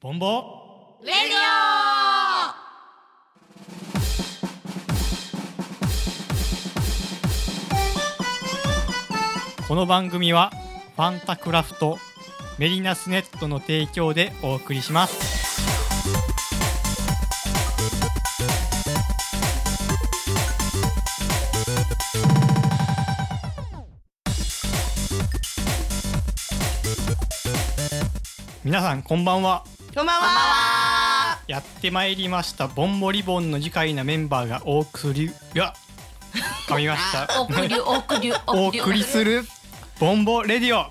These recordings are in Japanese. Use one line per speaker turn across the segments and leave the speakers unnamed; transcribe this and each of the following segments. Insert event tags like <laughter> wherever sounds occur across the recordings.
ボンボ
レディオ
この番組はファンタクラフトメリナスネットの提供でお送りします皆さんこんばんは
こんばんは
やってまいりましたボンボリボンの次回なメンバーがお送りが噛みまし
あ
た
<laughs> お送りお送り
お送りするボンボレディオ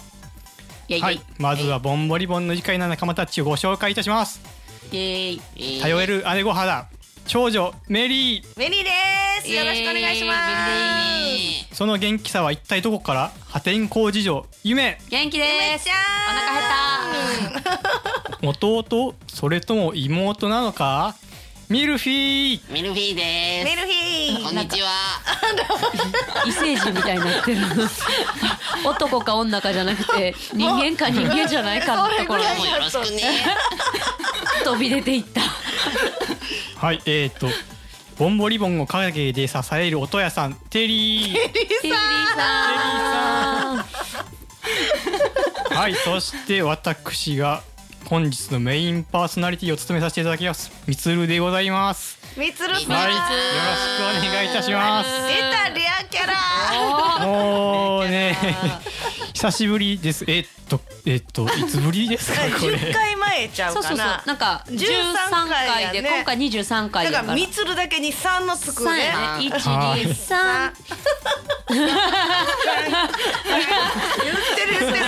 イエイ
はい、まずはボンボリボンの次回の仲間たちをご紹介いたします。
イエイ
頼れる姉御肌、長女メリー。
メリーです。よろしくお願いします。
その元気さは一体どこから破天荒事情、夢、
元気です
ゃ
お腹減った
弟、それとも妹なのかミルフィー
ミルフィーで
メルフィ
す。こ
ー。
んにちは。
異星人みたいになってる男か女かじゃなくて人間か人間じゃないかのところ
今日もよろしくね。
飛び出ていった
はい、えー、と、ボンボリボンを陰で支える音屋さん、テリー。 <laughs>
テリーさん
はい、そして私が本日のメインパーソナリティを務めさせていただきます、みつるでございます。
みつるさん。出
はい、よ
た
ろしくお願いいたします。
レアキャラ。
もうね、久しぶりです。えっと、えっと、いつぶりですか、
<laughs>
これ。
十回前ちゃう
そうそうそ
か
う
な。
なんか
13
13
回や
回
ね
で今回23回
だ
だ
か
から
らみつるだけに三のつく
三
ね。
やね一
はい
二三
言ってる言ってる。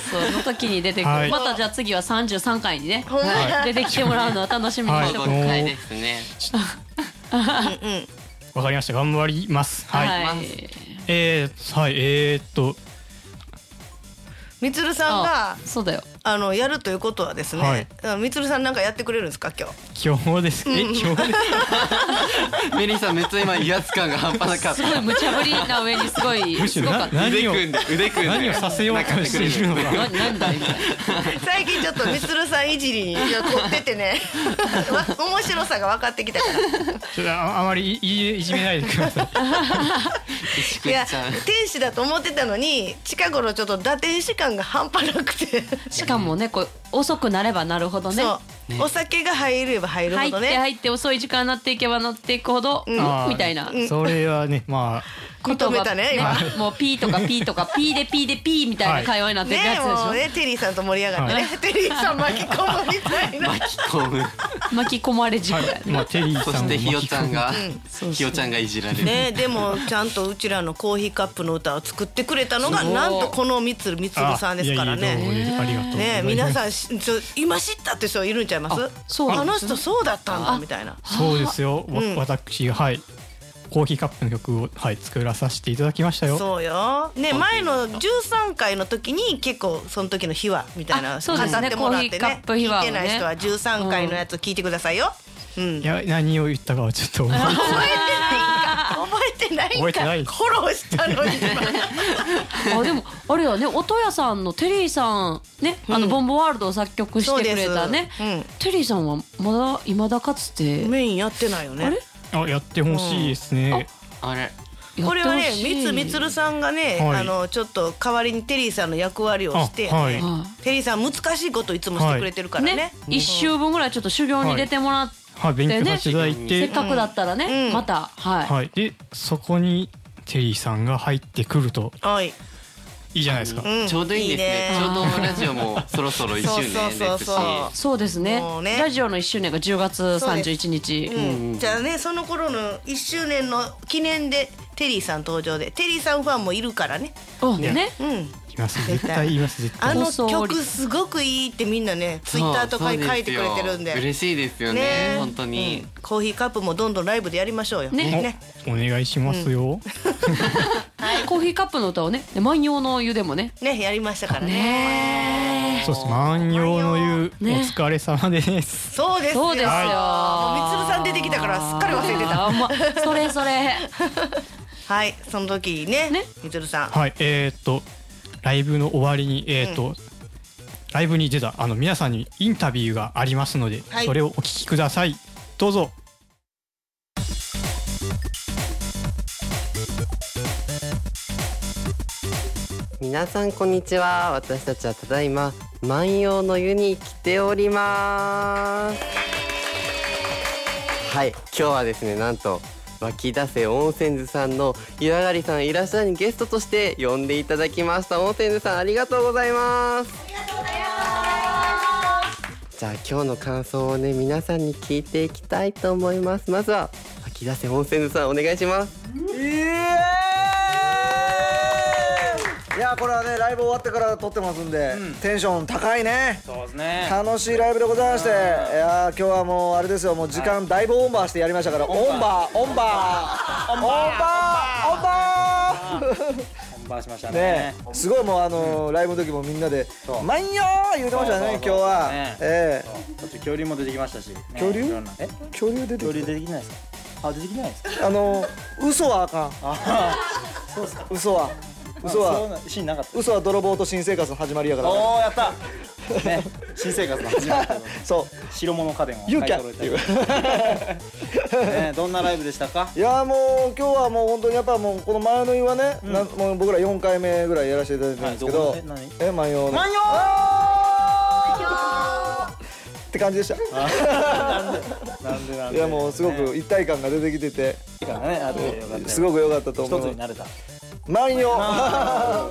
そうそうの時に出てくる、
はい
またじゃあ次は三十三回にね、
ほんまや
出てきてもらうのは楽しみに
は
し
い
て
今
お
も
く、
う
回ですね。
わかりました。頑張ります。はい。
はい、
えー、はい、えー、っと、
みつるさん
あ
が
そうだよ
あのやるということはです
はい
ね。あみつるさんなんかやってくれるんですか今日。
今日です。え、今日です。
メリーさんめっちゃ今威圧感が半端なかっ
すごい無茶ぶりな上にすごい
むし
す
ろ
ごか
な
った
た。腕
何を
組んで腕組んで。
何をさせようとしているの
なんか
か。
ななんだみたい
最近ちょっとみつるさんいじりに凝ってて <laughs> ね。わ面白さが分かってきたから。
ちょっとああまりいいいじめないでください。
しく
い
っ
や
ちゃう。
天使だと思ってたのに近頃ちょっと打天使感が半端なくて、
なしかも <laughs> ねこう遅くなればなるほどね
そう、
ね
お酒が入れば入るほ
入って
どね
入って遅い時間になっていけばなっていくほど、
あー
みたいな
それはね、ま
認めたね
言葉がもうピーとかピーとかピーでピーでピーみたいな会話になって
ね
るやつでしょ、
もうねテリーさんと盛り上がってね、テリーさん巻き込むみた
<laughs>
いな
巻き込む。
巻き込まれ事
あ、
故
は
やね、
<laughs>
い、まあテリー
そ
さん
し
も
てひよちゃんが
そうそう
ひよちゃんがいじられる。
ねでもちゃんとうちらのコーヒーカップの歌を作ってくれたのが
そう
なんとこのみつるみつるさんですから
あいやいやどう
ね
もですありがとうござ
ね
います。
皆さんしちょ今知ったって人いるんちゃいます
あそうな
あ
んで
の
すね
人そうだったんだみたいな
そうですよ。わ
うん
私がはい、コーヒーカップの曲をはい作らさせていただきましたよ。
そうよ。ね前の十三回の時に結構その時の秘話みたいな
あそうです
語
ね
ってもらって
コー
ね。
ヒーカップ秘話を
聞い
ね
てない人は十三回のやつ聞いてくださいよ。うん。
い
覚
や何を言ったかはちょっと思いつ
えてないんか。覚えて
覚えてな
ない
い
んか。フォローしたのに。
<laughs> あでもあれやね音屋さんのテリーさんね、あのボンボワールドを作曲してくれたね、
そうですうん
テリーさんはまだいまだかつて
メインやってないよ
あ
ね
れ。
あやってほしいですね。
あれ。
これはね
やってほしい
みつみつるさんがね、
はい
あのちょっと代わりにテリーさんの役割をして、
あはい
テリーさん難しいこといつもしてくれてるからね。
ね一週分ぐらいちょっと修行に出てもらって、
はい勉強させていただい
せ
て、
っかくだったらね、
うん
またはい、
はいでそこにテリーさんが入ってくると
はい。
いいじゃないですか。
うん
ちょうどいいですね
いいね。
ちょうどラジオもそろそろ一周年
そうそう
ですし
そう。そう
そうですね
もうね
ラジオの一周年が10月31日
うん、じゃあねその頃の1周年の記念でテリーさん登場でテリーさんファンもいるからね
おね
うん
いきます
絶
絶
対
対言います絶
あ
対。
の
放送折
曲すごくいいってみんなねツイッターとかに書いてくれてるんで
そうそうすよ嬉しいですよね。本当に
う。んコーヒーカップもどんどんライブでやりましょうよ
ね
お願いしますよ。
コーヒーカップの歌をねで万葉の湯でもね
ねやりましたからね
ね
そうです万葉の湯、
ね
お疲れ様です。
そうですよ
そうですよ、
もう
はい、
みつるさん出てきたからすっかり忘れてた
あ、ま、それそれ
はいその時ね
ね
みつるさん
はいえーっとライブの終わりにえーっと、ライブに出たあの皆さんにインタビューがありますので、
はい
それをお聞きくださいどうぞ
皆さんこんにちは私たちはただいま万葉の湯に来ておりますはい今日はですねなんと湧き出せ温泉図さんの湯上がりさんいらっしゃいにゲストとして呼んでいただきました温泉図さんありがとうございますじゃあ今日の感想をね皆さんに聞いていきたいと思いますまずは湧き出せ温泉図さんお願いします
いやこれはねライブ終わってから撮ってますんで、テンション高いね
そうですね
楽しいライブでございましていやー今日はもうあれですよもう時間だいぶオンバーしてやりましたから、オンバーオンバーオンバーオンバー
本番しました
ね
ね
えすごいもうあのーライブの時もみんなで
そ
「
う
万葉!」言うてましたね
そうそうそ
今
う
日は、
ね
ええ
そう途中恐竜も出てきましたし、ね
恐竜
いろんなえ
恐竜出て
恐竜
き
出てきてないですかあ出てきてないですか
たあのー嘘はあかん
あ
嘘は嘘
ーそう
は
なシーンなかった
嘘は泥棒と新生活の始まりやから
おおやったね <laughs> 新生活の始まりだけど
そう
白物家電を買
ユー
い
キャ
揃えたり <laughs> ねどんなライブでしたか
いやーもう今日はもう本当にやっぱもうこの前の湯はね、なんもう僕ら4回目ぐらいやらせていただいてるんですけど,、
はいどこのえ
え万葉の
万葉
って感じでした
なんでなん
い
で
やもうすごく一体感が出てきてて、
いいからねあってよかった
すごく良かったと思い
一つ
ま
に
す
なれた
万葉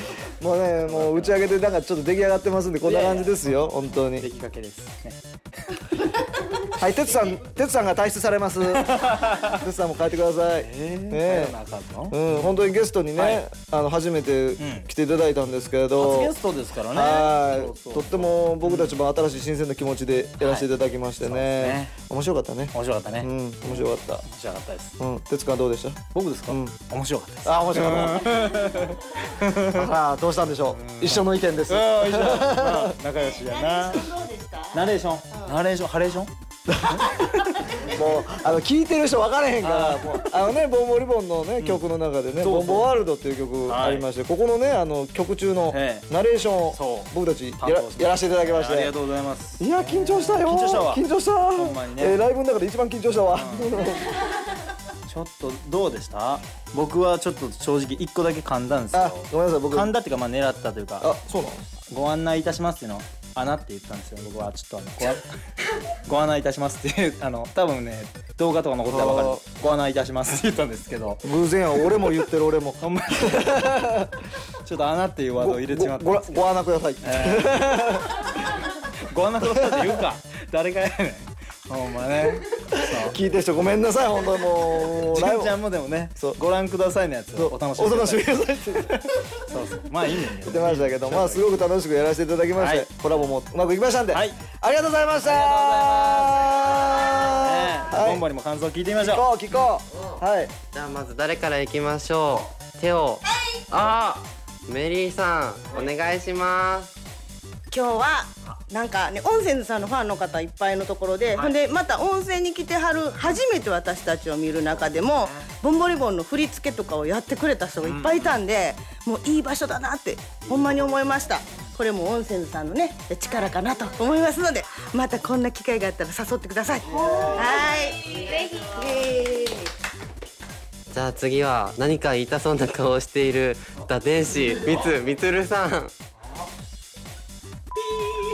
<laughs> もうねもう打ち上げてなんかちょっと出来上がってますんでこんな感じですよ本当
出
に
来かけですね
はい哲さん哲さんが退出されます
<laughs>
哲さんも帰ってください、ね
え
え
なあかんの
うん本当にゲストにね、
はい
あの初めて来ていただいたんですけれど、
初ゲストですからね
は
そう
い、
そう
とっても僕たちも新しい新鮮な気持ちでやらせていただきましてね,、
はい
面白かったね
面白かったね
うん
面
面白かっ
白かったです
たうん哲君はどうでし
僕ですか
ん
面白かったです
<laughs> たあ面白かったあらどうしたんでしょう一緒の意見です
ああ、いいじゃん。まあ仲良しやな。ナレーション、ナレーション、ハレーション。
もうあの聞いてる人分からへんからもうあのね「ボンボリボン」のね曲の中でね「
そ
ボ
うそう
ンボワールド」っていう曲ありましてここのねあの曲中の
ええ
ナレーションを
そう
僕たちや
担
ら
当して
やらせていただきまして
ありがとうございます。
いや緊張したよ
緊張したわ
緊張した
ほんまにね
えーライブの中で一番緊張したわ、
ちょっとどうでした？僕はちょっと正直一個だけ噛んだんで
<laughs>
す
あごめん
よ。
なさい僕
噛んだっていうかまあ狙ったという
あ
か、
そうなの
ご案内いたしますっていうのを。穴って言ったんですよ僕はちょっとあのご案 <laughs> ご案内いたしますっていうあの多分ね動画とか残ったら分かる
あ
ご案内いたしますって言ったんですけど
偶然や俺も言ってる俺も
ほんまにちょっと穴っていうワードを入れてしまった
ごごごご案内ください、
ご案内だったって言うか誰がやねんほんまねそう
聞いてる人ごめんなさい本当にもう
ち
ライ
か
ブ
ちゃんもでもねご覧くださいのやつをお楽しみ
お楽しみ
くだ
くださいって言
さいそうそうまあいいねんけ
って
ど
ましたけどまあすごく楽しくやらせていただきまして、
はい
コラボもうまくいきましたんで、
はい
ありがとうございました
ねえ
は
ボンバにも感想聞いてみましょう
い聞こう聞こうはい
じゃあまず誰から行きましょう手をあーメリーさんお願いします
今日はなんかね温泉さんのファンの方いっぱいのところで、ほんでまた温泉に来てはる初めて私たちを見る中でも「ボンボリボン」の振り付けとかをやってくれた人がいっぱいいたんで、もういい場所だなってほんまに思いましたこれも温泉さんのね力かなと思いますのでまたこんな機会があったら誘ってくださいはいぜひ
じゃあ次は何か言いたそうな顔をしている打天使みつみつるさん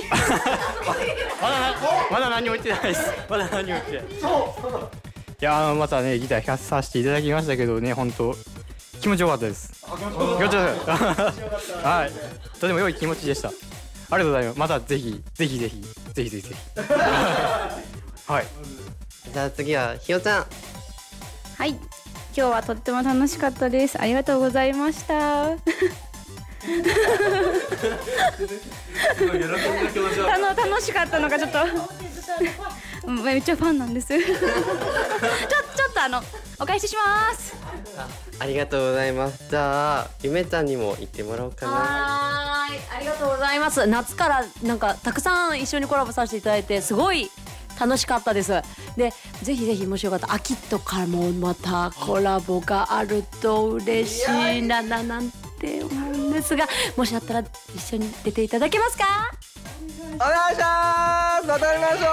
<laughs> まだ何も言ってないですまだ何も言ってない
いやーまたねギター弾かさせていただきましたけどね本当気持ちよかったです気持ちよかったですはいとても良い気持ちでしたありがとうございますまたぜひぜひぜひぜひぜひぜひはい
じゃあ次はひよちゃん
はい今日はとっても楽しかったですありがとうございましたあの楽しかったのがちょっとうんめっちゃファンなんですちょちょっとあのお返しします
ありがとうございますじゃあゆめちゃんにも行ってもらおうかな
はーいありがとうございます夏からなんかたくさん一緒にコラボさせていただいてすごい楽しかったですでぜひぜひもしよかったら秋とかもまたコラボがあると嬉しいなななんて思うねですがもしあったら一緒に出ていただけますか
お願いしますまたやりましょ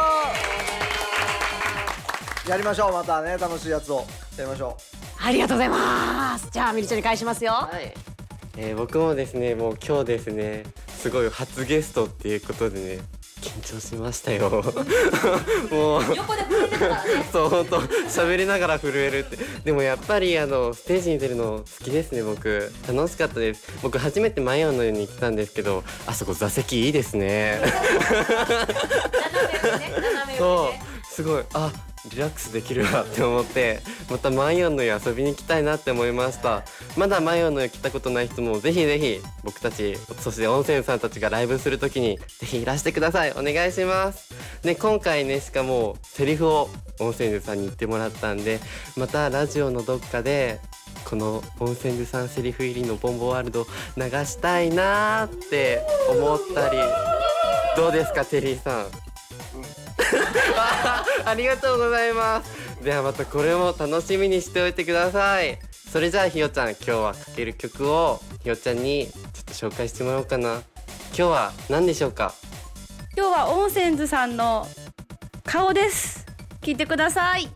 うやりましょうまたね楽しいやつをやりましょ
ありがとうございますじゃあみりちゃんに返しますよ、
はい、えー僕もですねもう今日ですねすごい初ゲストっていうことでね緊張しましたよ <laughs> もう
横で震えてたからね
そう本当喋りながら震えるってでもやっぱりあのステージに出るの好きですね僕楽しかったです僕初めてマヨのように来たんですけどあそこ座席いいですね
斜め上ね斜め上
そ
ね
うすごいあリラックスできるわって思ってまたマヨの湯遊びに来たいなって思いましたまだマヨの湯来たことない人もぜひぜひ僕たちそして温泉さんたちがライブするときにぜひいらしてくださいお願いしますで今回ねしかもセリフを温泉寺さんに言ってもらったんでまたラジオのどっかでこの温泉寺さんセリフ入りのボンボワールド流したいなーって思ったりどうですかテリーさんありがとうございます。ではまたこれも楽しみにしておいてください。それじゃあひよちゃん今日はかける曲をひよちゃんにちょっと紹介してもらおうかな。今日は何でしょうか。
今日は温泉図さんの顔です聞いてください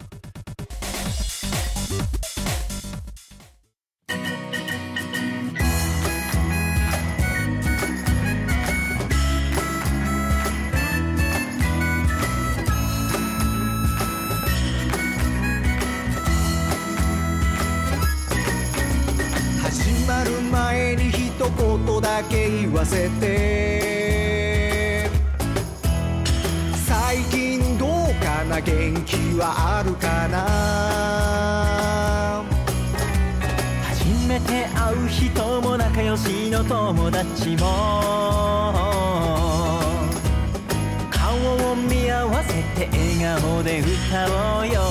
う始まる前に一言だけ言わせて最近どうかな元気はあるかな
初めて会う人も仲良しの友達も顔を見合わせて笑顔で歌おうよ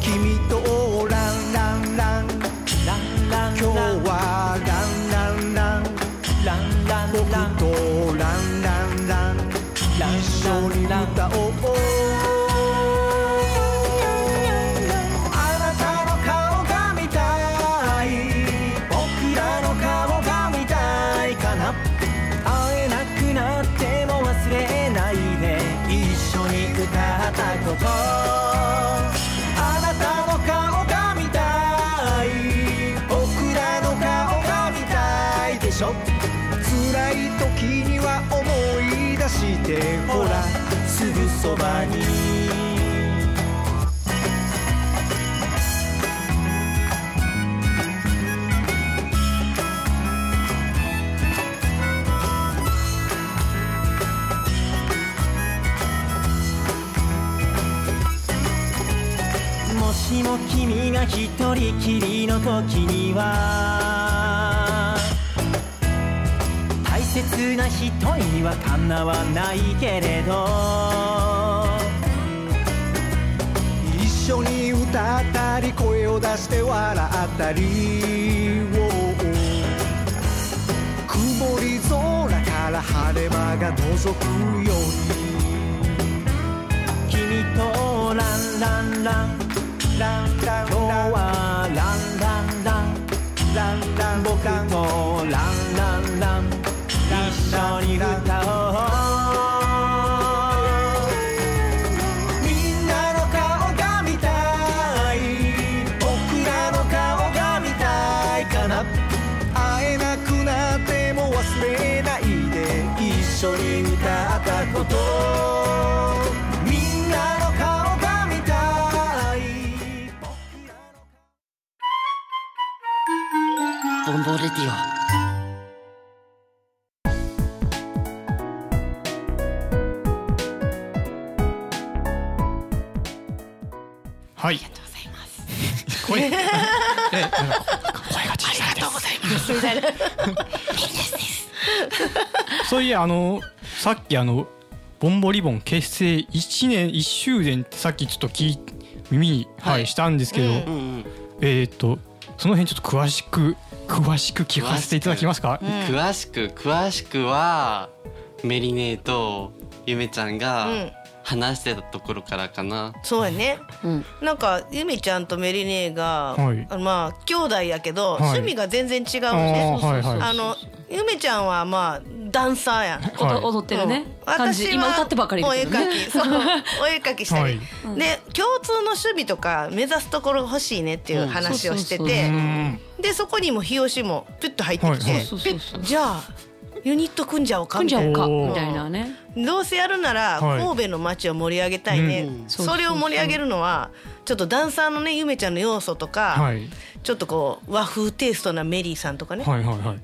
君とランランラン
ランラン
今日
ラン
はランランラン
ランラン
僕
ラン
とランランラン
ラ
一
ン
緒に歌おうあなたの顔が見たい
僕らの顔が見たいかな会えなくなっても忘れないで一緒に歌ったことあなたの顔が見たい僕らの顔が見たいでしょ
辛い時には思い出して
ほ
ほ
ら
ら
すぐそばにもしも君が一人きりの時には大切な人にはかなわないけれど
一緒に歌ったり声を出して笑ったりおう曇り空から晴れ間が覗くよ
君とランランランランラン今日はランランランランラン僕とランランラン一緒に歌おうみんなの顔が見たい僕らの顔が見たいかな
うに会えなくなっても忘れないで
一緒に歌ったことみんなの顔が見たい
ボンボレディオ。
はい。 <laughs> ありがとうございます。声。え、なんか声が小さいです。ありがとうございます。 <laughs> そういやあのさっきあのボンボリボン結成1年1周年ってさっきちょっと聞い耳にはい、したんですけど、えーっとその辺ちょっと詳しく詳しく聞かせていただけますか。
詳しく詳しくはメリネとゆめちゃんが、
うん
話してたところからかな
そうやね、なんかゆみちゃんとメリネが、
はい
あのまあ兄弟やけど、
はい
趣味が全然違う
あ
ね
ーはいはい
あのゆみちゃんはまあダンサーやん、
はい踊踊ってるね
うん
感じ
私は
今歌ってばかりいる
お絵
けどね
描きそう
<laughs>
お絵描きしたり、
はい
で共通の趣味とか目指すところ欲しいねっていう話をしてて、でそこにも日吉もピュッと入ってきて、
はいはいそうそうそうそう
ピュッじゃあユニット組んじゃおうか
組ん
み
じゃ
たい
おう
な
かみたいなね
どうせやるなら
はい
神戸の街を盛り上げたいね、
うんそうそうそう
それを盛り上げるのはちょっとダンサーのねゆめちゃんの要素とか、
はい
ちょっとこう和風テイストなメリーさんとかね、
はいはいはい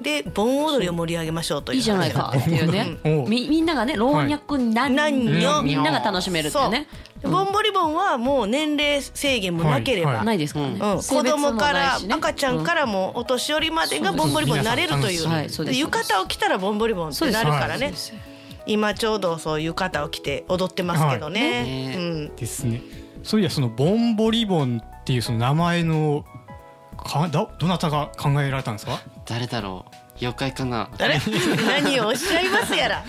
で盆踊りを盛り上げましょうという
いいじゃないかっていうねみみんながね老若男女
女
みんなが楽しめるっていうね
そうボンボリボンはもう年齢制限もなければ、
はいはいないですからね
うん
性
子
別も
供か
ない
ら
しね
赤ちゃんからもお年寄りまでがボンボリボンになれると
そうで
い
すはいそう
う
で
です浴衣を着たらボンボリボンってなるから
そう
ね
です
今ちょうどそういう浴衣を着て踊ってますけどね、うん
ですねそういやそのボンボリボンっていうその名前のかだどなたが考えられたんですか
誰だろう妖怪かな
<laughs>
誰何をおっしゃいますやら、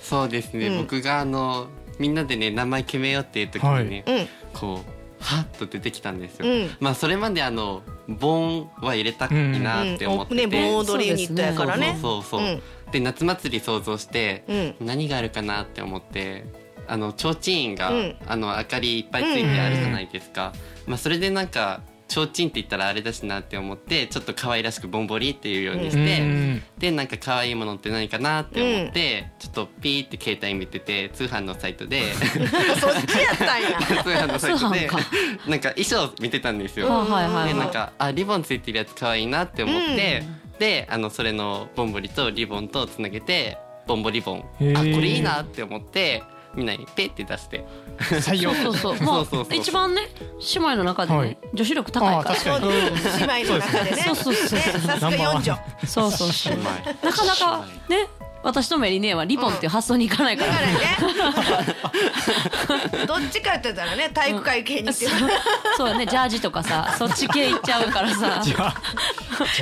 そうですね、
うん
僕があのみんなでね名前決めようっていう時にね、
うん
こうはっと出てきたんですよ、
うん
まあそれまであの盆は入れたいなって思ってて、
うんうんおね盆踊りユニットやからね
そうそうそうそう、で夏祭り想像して、何があるかなって思ってあの提灯が、
うん
あの明かりいっぱいついてあるじゃないですか、まあそれでなんか提灯って言ったらあれだしなって思ってちょっと可愛らしくぼんぼりっていうようにして、
うん
でなんか可愛いものって何かなって思って、ちょっとピーって携帯見てて通販のサイト
<laughs>
で
<laughs> そっちやったんや
通販のサイトで
通販
なんか衣装見てたんですよ。
はいはいはいはい
でなんかあリボンついてるやつ可愛いなって思って、であのそれのボンボリとリボンとつなげてボンボリボンあこ
へー
れいいなって思ってみんなにペって出して
採
<laughs> そうそうそうまあ一番ね姉妹の中でね女子力高いから
あー確かに
うん姉妹の中でね
そうそうそう
ねさすが四女
そうそうそう
<laughs>
なかなかね私とメリネはリボンっていう発想にいかないから
どっちかって言ったらね体育会系にっていう
そうそうだねジャージとかさそっち系いっちゃうからさャ <laughs>
ジ
ジジ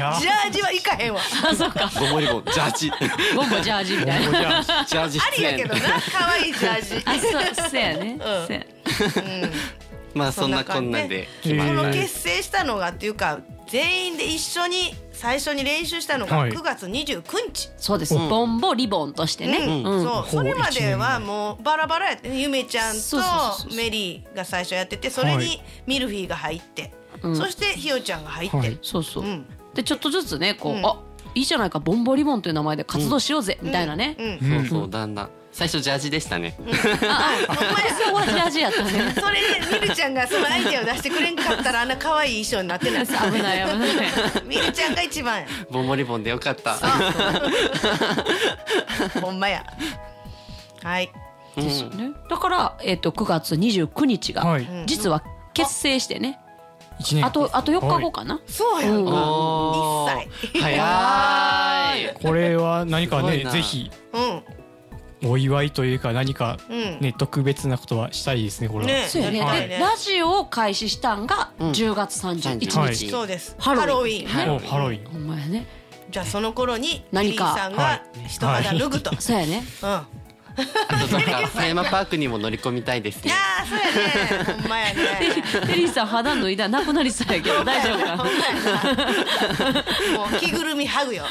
ャージはいかへんわ
あそうか
ボンボリボンジャー <laughs> ジ
ボンボジャージみたいな
ボンボジャージジャージ
ありやけどな可愛いジャージ
<laughs> あそうそうやね
うん
そうや
まあそんなこんなで決ま
こ
り
の
ま
結
す
成したのがっていうか全員で一緒に最初に練習したのが
はい
9月29日、
そうです
うん
ボンボリボンとしてね
うん
うん
そうそれまではもうバラバラやってねゆめちゃん
そうそうそう
とメリーが最初やっててそれ
は
に
い
ミルフィーが入って、
うん
そしてひよちゃんが入って、
はいそうそう
うん
でちょっとずつねこう
うん
あいいじゃないかボンボリボンという名前で活動しようぜみたいなね
うん
そうそうだんだん最初ジャージでしたね
そこはジャージやったね
<laughs> それでミルちゃんがそのアイデアを出してくれんかったらあんな可愛い衣装になってな
<laughs>
い
危ない危ない
ミルちゃんが一番や
ボンボリボンでよかった
ほんまやはい
ですよねだからえっと9月29日が
はい
実は結成してね
一年
あとあと4日後かな
そう
やん
お
ー
早い
これは何か
すごい
ね
な
ぜひ
うん
お祝いというか何か
うん
ね、特別なことはしたいですねこれは、
そうやね
は
で
い
ラジオを開始したんが
うん
10月31日、
はいそう
です
ハロウィン
おハロウィン
お前ね
じゃあその頃にリ
何
リ
か
ーさんが人肌脱ぐと、
そうやね
うんあ
あとなんか狭山パークにも乗り込みたいですね
そうやねほんまやね
テリーさん肌脱いだらなくなりそうやけど大丈夫か
<laughs>
な
もう着ぐるみ剥ぐよ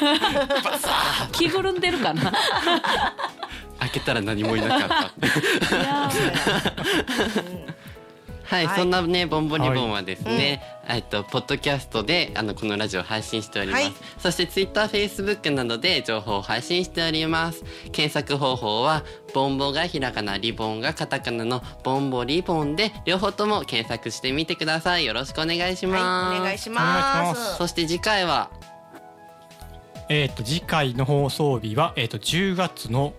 着ぐるんでるかな
開けたら何もいなかったはい、そんなねボンボリボンはですね、えっとポッドキャストであのこのラジオを配信しております、
はい
そしてツイッター、フェイスブックなどで情報を配信しております検索方法はボンボがひらがなリボンがカタカナのボンボリボンで両方とも検索してみてくださいよろしくお願いします、
はいお願いしますお願いします
そして次回は
えー、と次回の放送日は、えー、と10月の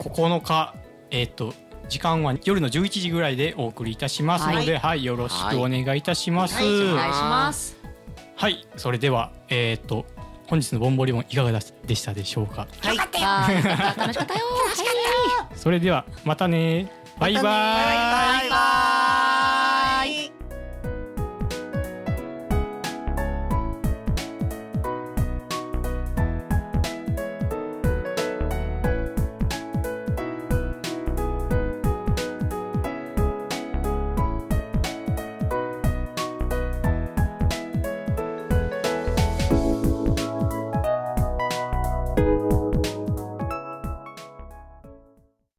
9日、えー、と時間は夜の11時ぐらいでお送りいたしますので、
は
はいいよろしくお願いいたします。
はいお願いします
はいそれでは、えー、と本日のボンボリボンいかがでしたでしょうか
よかった
よ楽しかったよ楽しかったよ
それではまたねバイバイ
バイバイ